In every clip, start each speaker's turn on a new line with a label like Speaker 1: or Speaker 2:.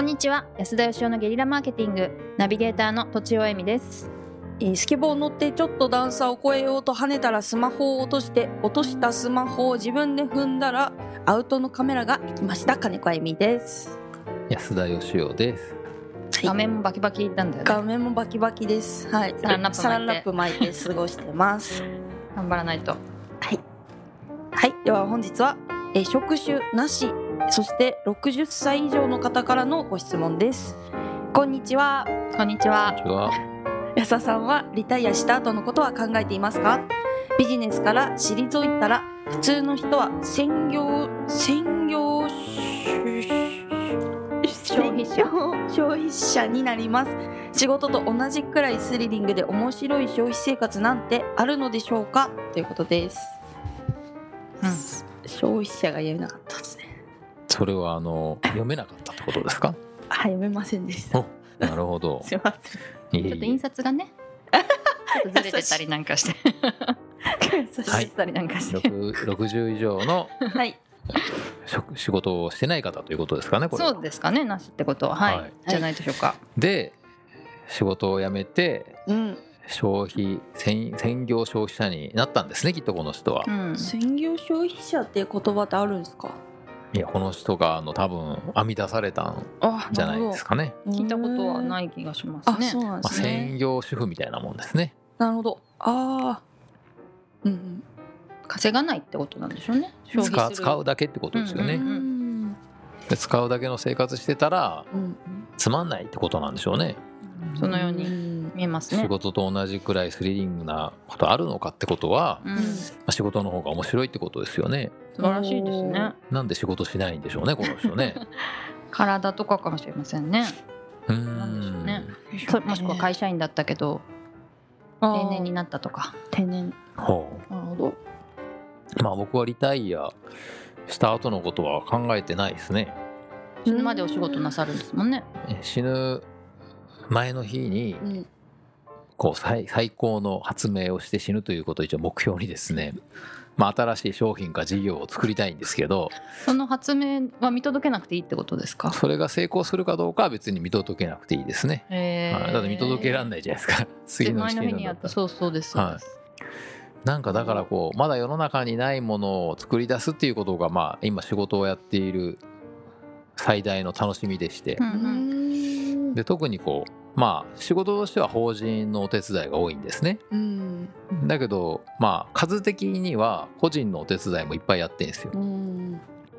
Speaker 1: んにちは安田義生のゲリラマーケティングナビゲーターの土地尾恵美です
Speaker 2: えースケボー乗ってちょっと段差を越えようと跳ねたらスマホを落として落としたスマホを自分で踏んだらアウトのカメラが行きました金子あゆみです、
Speaker 3: 安田義雄です。
Speaker 2: はい
Speaker 1: 画面もバキバキなんだよ
Speaker 2: 画
Speaker 1: ね
Speaker 2: 面もバキバキですはい
Speaker 1: サランラップ巻いて
Speaker 2: サランラップ巻いて過ごしてます
Speaker 1: 頑張らないと
Speaker 2: はいでは本日は、えー職種なしそして60歳以上の方からのご質問ですこんにちは
Speaker 1: こんにちは
Speaker 3: こんにちは
Speaker 2: 安田さんはリタイアした後のことは考えていますかビジネスから退いたら普通の人は専業専業消
Speaker 1: 費者
Speaker 2: 消費者になります仕事と同じくらいスリリングで面白い消費生活なんてあるのでしょうかということです、
Speaker 1: うん
Speaker 2: 消費者が言えなかったですね
Speaker 3: それはあの読めなかったってことですか？
Speaker 2: あ読めませんでした
Speaker 3: おなるほど。
Speaker 2: すいません
Speaker 3: いえいえ
Speaker 1: ちょっと印刷がね ちょっとずれてたりなんかしてずれてたりなんかして、
Speaker 3: 六六十以上の
Speaker 2: はい
Speaker 3: 職仕事をしてない方ということですかねこれ。
Speaker 1: そうですかねなしってことははい、
Speaker 3: はい
Speaker 1: じゃないでしょうか
Speaker 3: で仕事を辞めて
Speaker 2: うん
Speaker 3: 消費専専業消費者になったんですねきっとこの人は
Speaker 1: う。ん
Speaker 2: 専業消費者って言葉ってあるんですか
Speaker 3: いやこの人があの多分編み出されたん
Speaker 2: あ
Speaker 3: じゃないです
Speaker 2: か
Speaker 3: かね。
Speaker 1: 聞いたことはないい気がします
Speaker 2: あ
Speaker 1: ね
Speaker 2: そうなん
Speaker 3: ま
Speaker 2: で
Speaker 3: あ、
Speaker 2: すね
Speaker 3: 専業主婦みたいなもんですね。
Speaker 2: なるほどああうん
Speaker 1: 稼がないってことなんでしょうね消
Speaker 3: 使う
Speaker 1: 費する
Speaker 3: 使うだけってことですよ
Speaker 2: う
Speaker 3: ね
Speaker 1: ん。
Speaker 2: ん
Speaker 3: で使うだけの生活してたら
Speaker 2: うん
Speaker 3: つまんないってことなんでしょうね。
Speaker 1: そのように
Speaker 2: に
Speaker 1: 見えます
Speaker 3: 仕
Speaker 1: ね
Speaker 3: 事と同じくらいスリリングなことあるのかってことは、
Speaker 1: う
Speaker 3: ま
Speaker 1: ん、素
Speaker 3: あ仕事の方が面白いってことですよね
Speaker 1: 晴らしいですね
Speaker 3: なんで仕事しないんでしょうねこの 人ね
Speaker 1: 体とかかもしれませんね
Speaker 3: うーん
Speaker 1: なんでしょうねそもしくは会社員だったけど定年になったとか
Speaker 2: 定年
Speaker 3: ほ
Speaker 2: なるほど
Speaker 3: うまあ僕はリタイアした後のことは考えてないですね
Speaker 1: 死ぬまでお仕事なさるんですもんね
Speaker 3: え死ぬ前の日に
Speaker 2: うん
Speaker 3: こう最最高の発明をして死ぬということを一応目標にですね、まあ、新しい商品か事業を作りたいんですけど
Speaker 1: その発明は見届けなくていいってことですか
Speaker 3: それが成功するかどうかは別に見届けなくていいですね
Speaker 1: へ
Speaker 3: はい、だって見届けらんないじゃないですか次
Speaker 1: で
Speaker 3: の
Speaker 1: 前
Speaker 3: 日
Speaker 1: の日にやっ
Speaker 3: だった
Speaker 1: た
Speaker 3: ら
Speaker 1: そうそうですそうです、
Speaker 3: なんかだからこうまだ世の中にないものを作り出すっていうことがまあ今仕事をやっている最大の楽しみでして、
Speaker 1: うんうん
Speaker 2: うん
Speaker 3: で特にこうまあ仕事としては法人のお手伝いが多いんですね
Speaker 2: うん
Speaker 3: だけどまあ数的には個人のお手伝いもいっぱいやってんですよ
Speaker 2: うん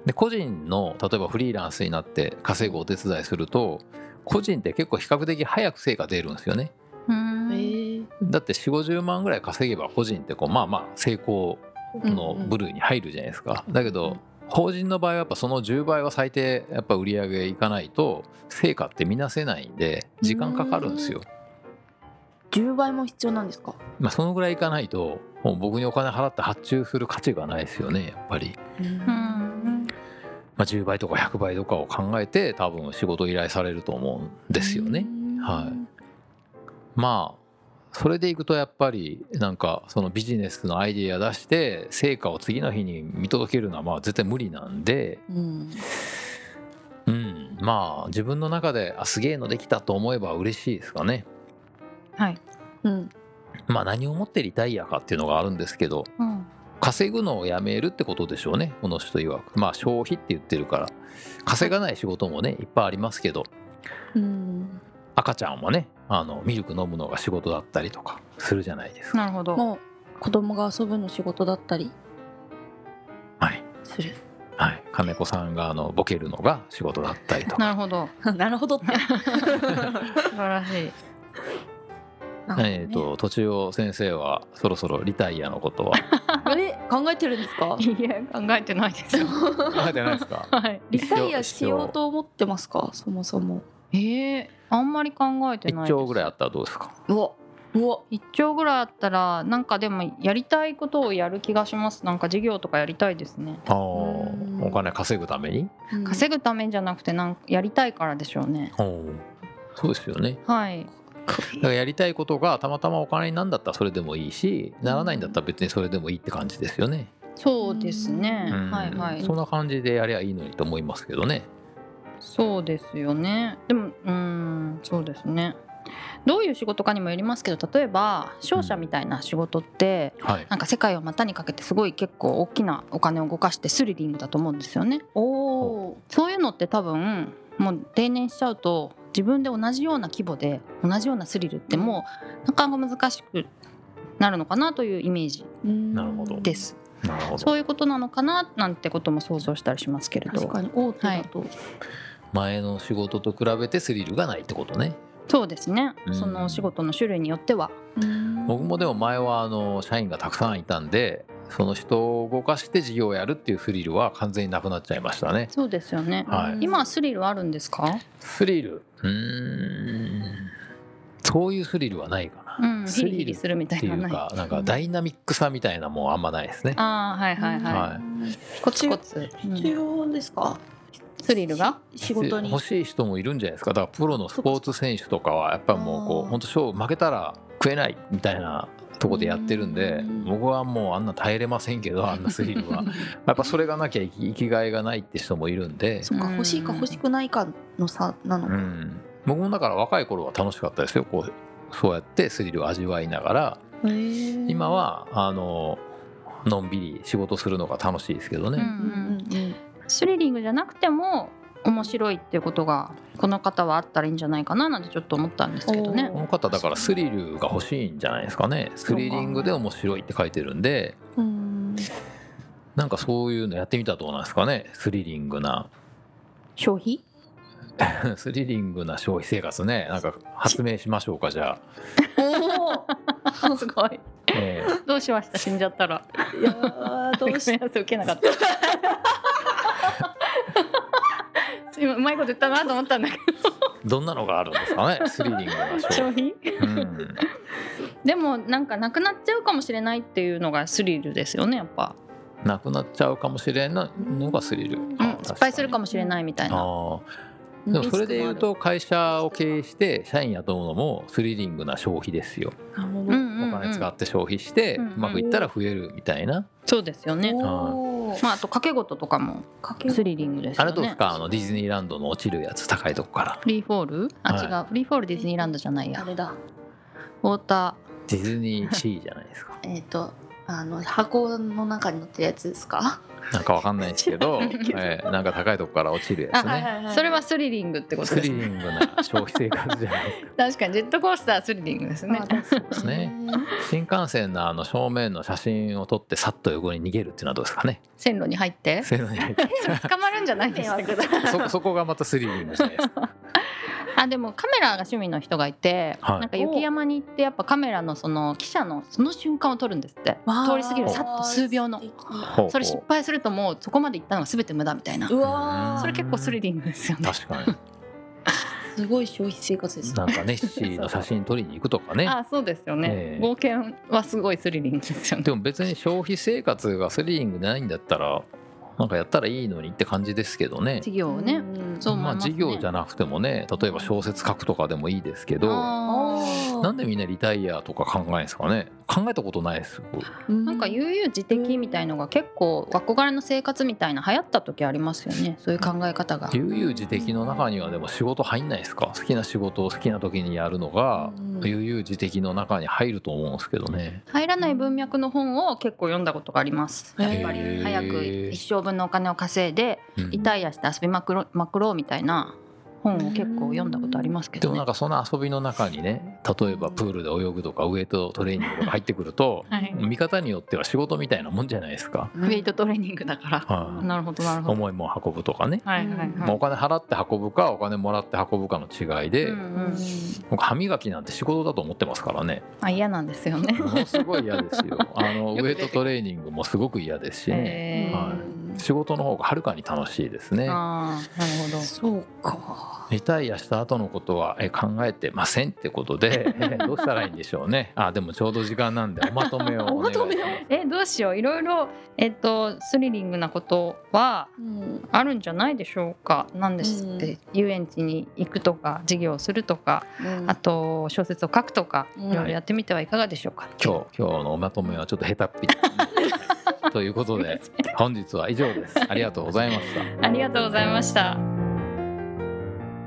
Speaker 3: で個人の例えばフリーランスになって稼ぐお手伝いすると個人って結構比較的早く成果出るんですよね
Speaker 1: うん
Speaker 2: えー
Speaker 3: だって4 5 0万ぐらい稼げば個人ってこうまあまあ成功の部類に入るじゃないですか、だけど法人の場合はやっぱその10倍は最低やっぱ売り上げいかないと成果って見なせないんで時間かかるんですよ、
Speaker 2: 10倍も必要なんですか
Speaker 3: まあ、そのぐらいいかないともう僕にお金払って発注する価値がないですよねやっぱり、
Speaker 2: う
Speaker 1: うん
Speaker 3: まあ、10倍とか100倍とかを考えて多分仕事依頼されると思うんですよね、はいまあそれでいくとやっぱりなんかそのビジネスのアイディア出して成果を次の日に見届けるのはまあ絶対無理なんで、
Speaker 2: うん
Speaker 3: うん、まあ自分の中であすげえのできたと思えば嬉しいですかね。
Speaker 1: はい、
Speaker 2: うん
Speaker 3: まあ何をもってリタイアかっていうのがあるんですけど
Speaker 1: うん、
Speaker 3: 稼ぐのをやめるってことでしょうねこの人曰くまあ消費って言ってるから稼がない仕事もねいっぱいありますけど
Speaker 2: うん
Speaker 3: 赤ちゃんもねあのミルク飲むのが仕事だったりとかするじゃないですか。
Speaker 1: なるほど
Speaker 2: もう子供が遊ぶの仕事だったり
Speaker 3: はい
Speaker 2: する
Speaker 3: はい、金子さんがあのボケるのが仕事だったりと
Speaker 1: なる
Speaker 3: か、
Speaker 1: ほど
Speaker 2: なるほ どって
Speaker 1: 素晴らしい
Speaker 3: えー、と途中を先生はそろそろリタイアのことは
Speaker 2: あれ考えてるんですか
Speaker 1: いや考えてないですよ
Speaker 3: 考えてないですか
Speaker 1: はい
Speaker 2: リタイアしようと思ってますかそもそも
Speaker 1: えー、あんまり考えてない
Speaker 3: 1
Speaker 1: です
Speaker 3: 兆ぐらいあったらどうですか
Speaker 2: うわうわ
Speaker 1: 一丁ぐらいあったらなんかでもやりたいことをやる気がしますなんか事業とかやりたいですね
Speaker 3: あー
Speaker 2: うん
Speaker 3: お金稼ぐために
Speaker 1: 稼ぐためじゃなくてなんかやりたいからでしょうね
Speaker 3: そうですよね
Speaker 1: はい
Speaker 3: だからやりたいことがたまたまお金になんだったらそれでもいいしならないんだったら別にそれでもいいって感じですよね、
Speaker 1: そうですね
Speaker 3: うん
Speaker 1: はいはい
Speaker 3: そんな感じでやりゃいいのにと思いますけどね
Speaker 1: そうですよねでもうんそうですねどういう仕事かにもよりますけど例えば商社みたいな仕事って、
Speaker 3: はい
Speaker 1: なんか世界を股にかけてすごい結構大きなお金を動かしてスリリングだと思うんですよね
Speaker 2: おお。
Speaker 1: そういうのって多分もう定年しちゃうと自分で同じような規模で同じようなスリルってもうなかなか難しくなるのかなというイメージ
Speaker 2: な
Speaker 3: るほど
Speaker 1: です
Speaker 3: なるほど
Speaker 1: そういうことなのかななんてことも想像したりしますけれ
Speaker 2: 確
Speaker 1: ど
Speaker 2: かに大手だと、
Speaker 3: 前の仕事と比べてスリルがないってことね
Speaker 1: そうですね
Speaker 3: うん
Speaker 1: そのお仕事の種類によっては
Speaker 2: うん
Speaker 3: 僕もでも前はあの社員がたくさんいたんでその人を動かして事業をやるっていうスリルは完全になくなっちゃいましたね
Speaker 1: そうですよね
Speaker 3: はい
Speaker 1: 今はスリルあるんですか、
Speaker 3: スリルうーんそういうスリルはないか
Speaker 1: う
Speaker 3: な、
Speaker 1: ん、ヒ
Speaker 3: ス
Speaker 1: リヒ
Speaker 3: リル
Speaker 1: リ
Speaker 3: っ
Speaker 1: するみた
Speaker 3: て
Speaker 1: い
Speaker 3: い
Speaker 1: なの
Speaker 3: う
Speaker 1: ない
Speaker 3: かなんかダイナミックさみたいなもんあんまないですね
Speaker 1: ああはいはいはい、
Speaker 3: は
Speaker 1: コツコツ、うん
Speaker 2: 必要ですか
Speaker 1: スリルが
Speaker 2: し仕事に
Speaker 3: 欲しい人もいるんじゃないですかだからプロのスポーツ選手とかはやっぱもうこ
Speaker 2: あー
Speaker 3: う本当勝負負けたら食えないみたいなとこでやってるんで
Speaker 2: うん
Speaker 3: 僕はもうあんな耐えれませんけどあんなスリルはやっぱそれがなきゃ生き生きがいがないって人もいるんで、
Speaker 2: そっか
Speaker 1: うん
Speaker 2: 欲しいか欲しくないかの差なの
Speaker 3: う
Speaker 2: か、
Speaker 3: ん、僕もだから若い頃は楽しかったですよこうそうやってスリルを味わいながら
Speaker 2: へー
Speaker 3: 今、はあののんびり仕事するのが楽しいですけどね、
Speaker 1: うん
Speaker 2: うんうんうん、
Speaker 1: スリリングじゃなくても面白いっていうことがこの方はあったらいいんじゃないかななんてちょっと思ったんですけどね
Speaker 2: おー
Speaker 3: この方だからスリルが欲しいんじゃないですかねスリリングで面白いって書いてるんで。
Speaker 2: うん
Speaker 3: なんかそういうのやってみたらどうなんですかねスリリングな
Speaker 2: 消費
Speaker 3: スリリングな消費生活ねなんか発明しましょうかじゃあ、
Speaker 2: おお
Speaker 1: すごい
Speaker 3: え
Speaker 1: どうしました死んじゃったら
Speaker 2: いやーどう し
Speaker 1: めんなさい受けなかった今うまいこと言ったなと思ったんだけ
Speaker 3: ーどんなのがあるんですかねスリリングな
Speaker 1: ど消
Speaker 3: 消費、
Speaker 1: 費
Speaker 3: うん、
Speaker 1: でもなんかなくなっちゃうかもしれないっていうのがスリルですよねやっぱ、
Speaker 3: なくなっちゃうかもしれないのがスリル、
Speaker 1: うん、失敗するか
Speaker 3: も
Speaker 1: もしれないみたいな
Speaker 3: あーでもそれで言うと会社を経営して社員雇うのもスリリングな消費ですよ
Speaker 2: なるほ
Speaker 1: う
Speaker 2: ど
Speaker 1: んうん
Speaker 3: お
Speaker 1: うん
Speaker 3: 金使って消費して
Speaker 1: うんうん
Speaker 3: うまくいったら増えるみたいな
Speaker 1: そうですよね
Speaker 2: おー
Speaker 1: まああと掛け事とかも
Speaker 2: かけ
Speaker 1: スリリングです
Speaker 3: あ
Speaker 1: よ
Speaker 3: れ
Speaker 1: ね
Speaker 3: どうですかあのディズニーランドの落ちるやつ高いとこ から
Speaker 1: フリーフォールあ、
Speaker 3: はい
Speaker 1: 違うフリーフォールディズニーランドじゃないや
Speaker 2: あれだ
Speaker 1: ウォータ
Speaker 3: ディズニーシーじゃないです か
Speaker 2: えっ、とあの箱の中に乗ってるやつですか
Speaker 3: なんかわかんないですけ ど、
Speaker 1: 知らないけど
Speaker 3: えーなんか高いとこから落ちるやつ
Speaker 1: あ
Speaker 3: ね。
Speaker 1: ー、それはスリリングってこと
Speaker 3: ス
Speaker 1: です
Speaker 3: リリングな消費生活じゃないで
Speaker 1: 確かにジェットコースターはスリリングですね
Speaker 2: まあそうで す
Speaker 3: ねすか。新幹線のあの正面の写真を撮ってさっと横に逃げるっていうのはどうですかね。
Speaker 1: 線路に入って
Speaker 3: そういうのに入って
Speaker 1: 捕まるんじゃないですか
Speaker 2: 迷惑だ
Speaker 3: そこそこがまたスリリングじゃないですか。
Speaker 1: あでもカメラが趣味の人がいて、
Speaker 3: はい
Speaker 1: なんか雪山に行ってやっぱカメラのその記者のその瞬間を撮るんですって
Speaker 2: わー
Speaker 1: 通り過ぎるさっと数秒の
Speaker 2: 素敵
Speaker 3: ほ う
Speaker 1: それ失敗するともうそこまで行ったのが全て無駄みたいな
Speaker 2: うわー
Speaker 1: それ結構スリリングですよね
Speaker 3: 確かに。
Speaker 2: すごい消費生活ですね
Speaker 3: なんかネッシーの写真撮りに行くとかね。
Speaker 1: あそうですよね、
Speaker 3: ええ
Speaker 1: 冒険はすごいスリリングですよね
Speaker 3: でも別に消費生活がスリリングでないんだったら、なんかやったらいいのにって感じですけどね。
Speaker 1: 事業をね、
Speaker 2: うん
Speaker 1: そう思い
Speaker 3: まあ
Speaker 1: ますね
Speaker 3: 事業じゃなくてもね、例えば小説書くとかでもいいですけど。
Speaker 1: あー
Speaker 3: なんでみんなリタイアとか考えるんですかね考えたことないです僕
Speaker 1: なんか
Speaker 2: 言
Speaker 1: 悠々自適みたいのが結構憧れの生活みたいな流行った時ありますよねそういう考え方が
Speaker 3: 悠々自適の中にはでも仕事入んないですか好きな仕事を好きな時にやるのが
Speaker 2: うん
Speaker 3: 悠々自適の中に入ると思うんですけどね
Speaker 1: 入らない文脈の本を結構読んだことがあります
Speaker 2: へ
Speaker 1: や
Speaker 2: ー
Speaker 1: っぱり早く一生分のお金を稼いで
Speaker 3: うん
Speaker 1: リタイアして遊びまくろまくろうみたいな本を結構読んだことありますけ
Speaker 3: で
Speaker 1: ど、
Speaker 3: も
Speaker 1: ね
Speaker 3: なんかその遊びの中にね例えばプールで泳ぐとかウエイトトレーニングとか入ってくると
Speaker 1: はい、
Speaker 3: 見方によっては仕事みたいなもんじゃないですか、
Speaker 1: ウェイトトレーニングだから、
Speaker 3: はい
Speaker 1: なるほどなるほど
Speaker 3: 重いもん運ぶとかね、
Speaker 1: はいはい
Speaker 2: うん
Speaker 3: まあ
Speaker 1: は
Speaker 3: お金払って運ぶかお金もらって運ぶかの違い
Speaker 1: い、
Speaker 3: で、
Speaker 1: うんうん
Speaker 3: 僕歯磨きなんて仕事だと思ってますからね
Speaker 1: あ嫌なんですよね
Speaker 3: ものすごい嫌です よあ
Speaker 1: よ
Speaker 3: の
Speaker 1: く
Speaker 3: ウエ
Speaker 1: 出
Speaker 3: イ
Speaker 1: て
Speaker 3: トトレーニングもすごく嫌ですしね、
Speaker 1: えー
Speaker 3: はい仕事の方がはるかに楽しいですね
Speaker 1: ああなるほど
Speaker 2: そうか
Speaker 3: リタイアした後のことはえ考えてませんってこ とでえどうしたらいいんでしょうねあでもちょうど時間なんでおまと めをお願いします
Speaker 2: おまとめを
Speaker 1: えどうしよういろいろえっとスリリングなことは
Speaker 2: うん
Speaker 1: あるんじゃないでしょうか何ですって、遊園地に行くとか事業をするとかあと小説を書くとか
Speaker 2: うん
Speaker 1: いろいろやってみてはいかがでしょうか、
Speaker 3: 今日今日のおまとめはちょっと下手っぴということで本日は以上ですありがとうございました
Speaker 1: ありがとうございました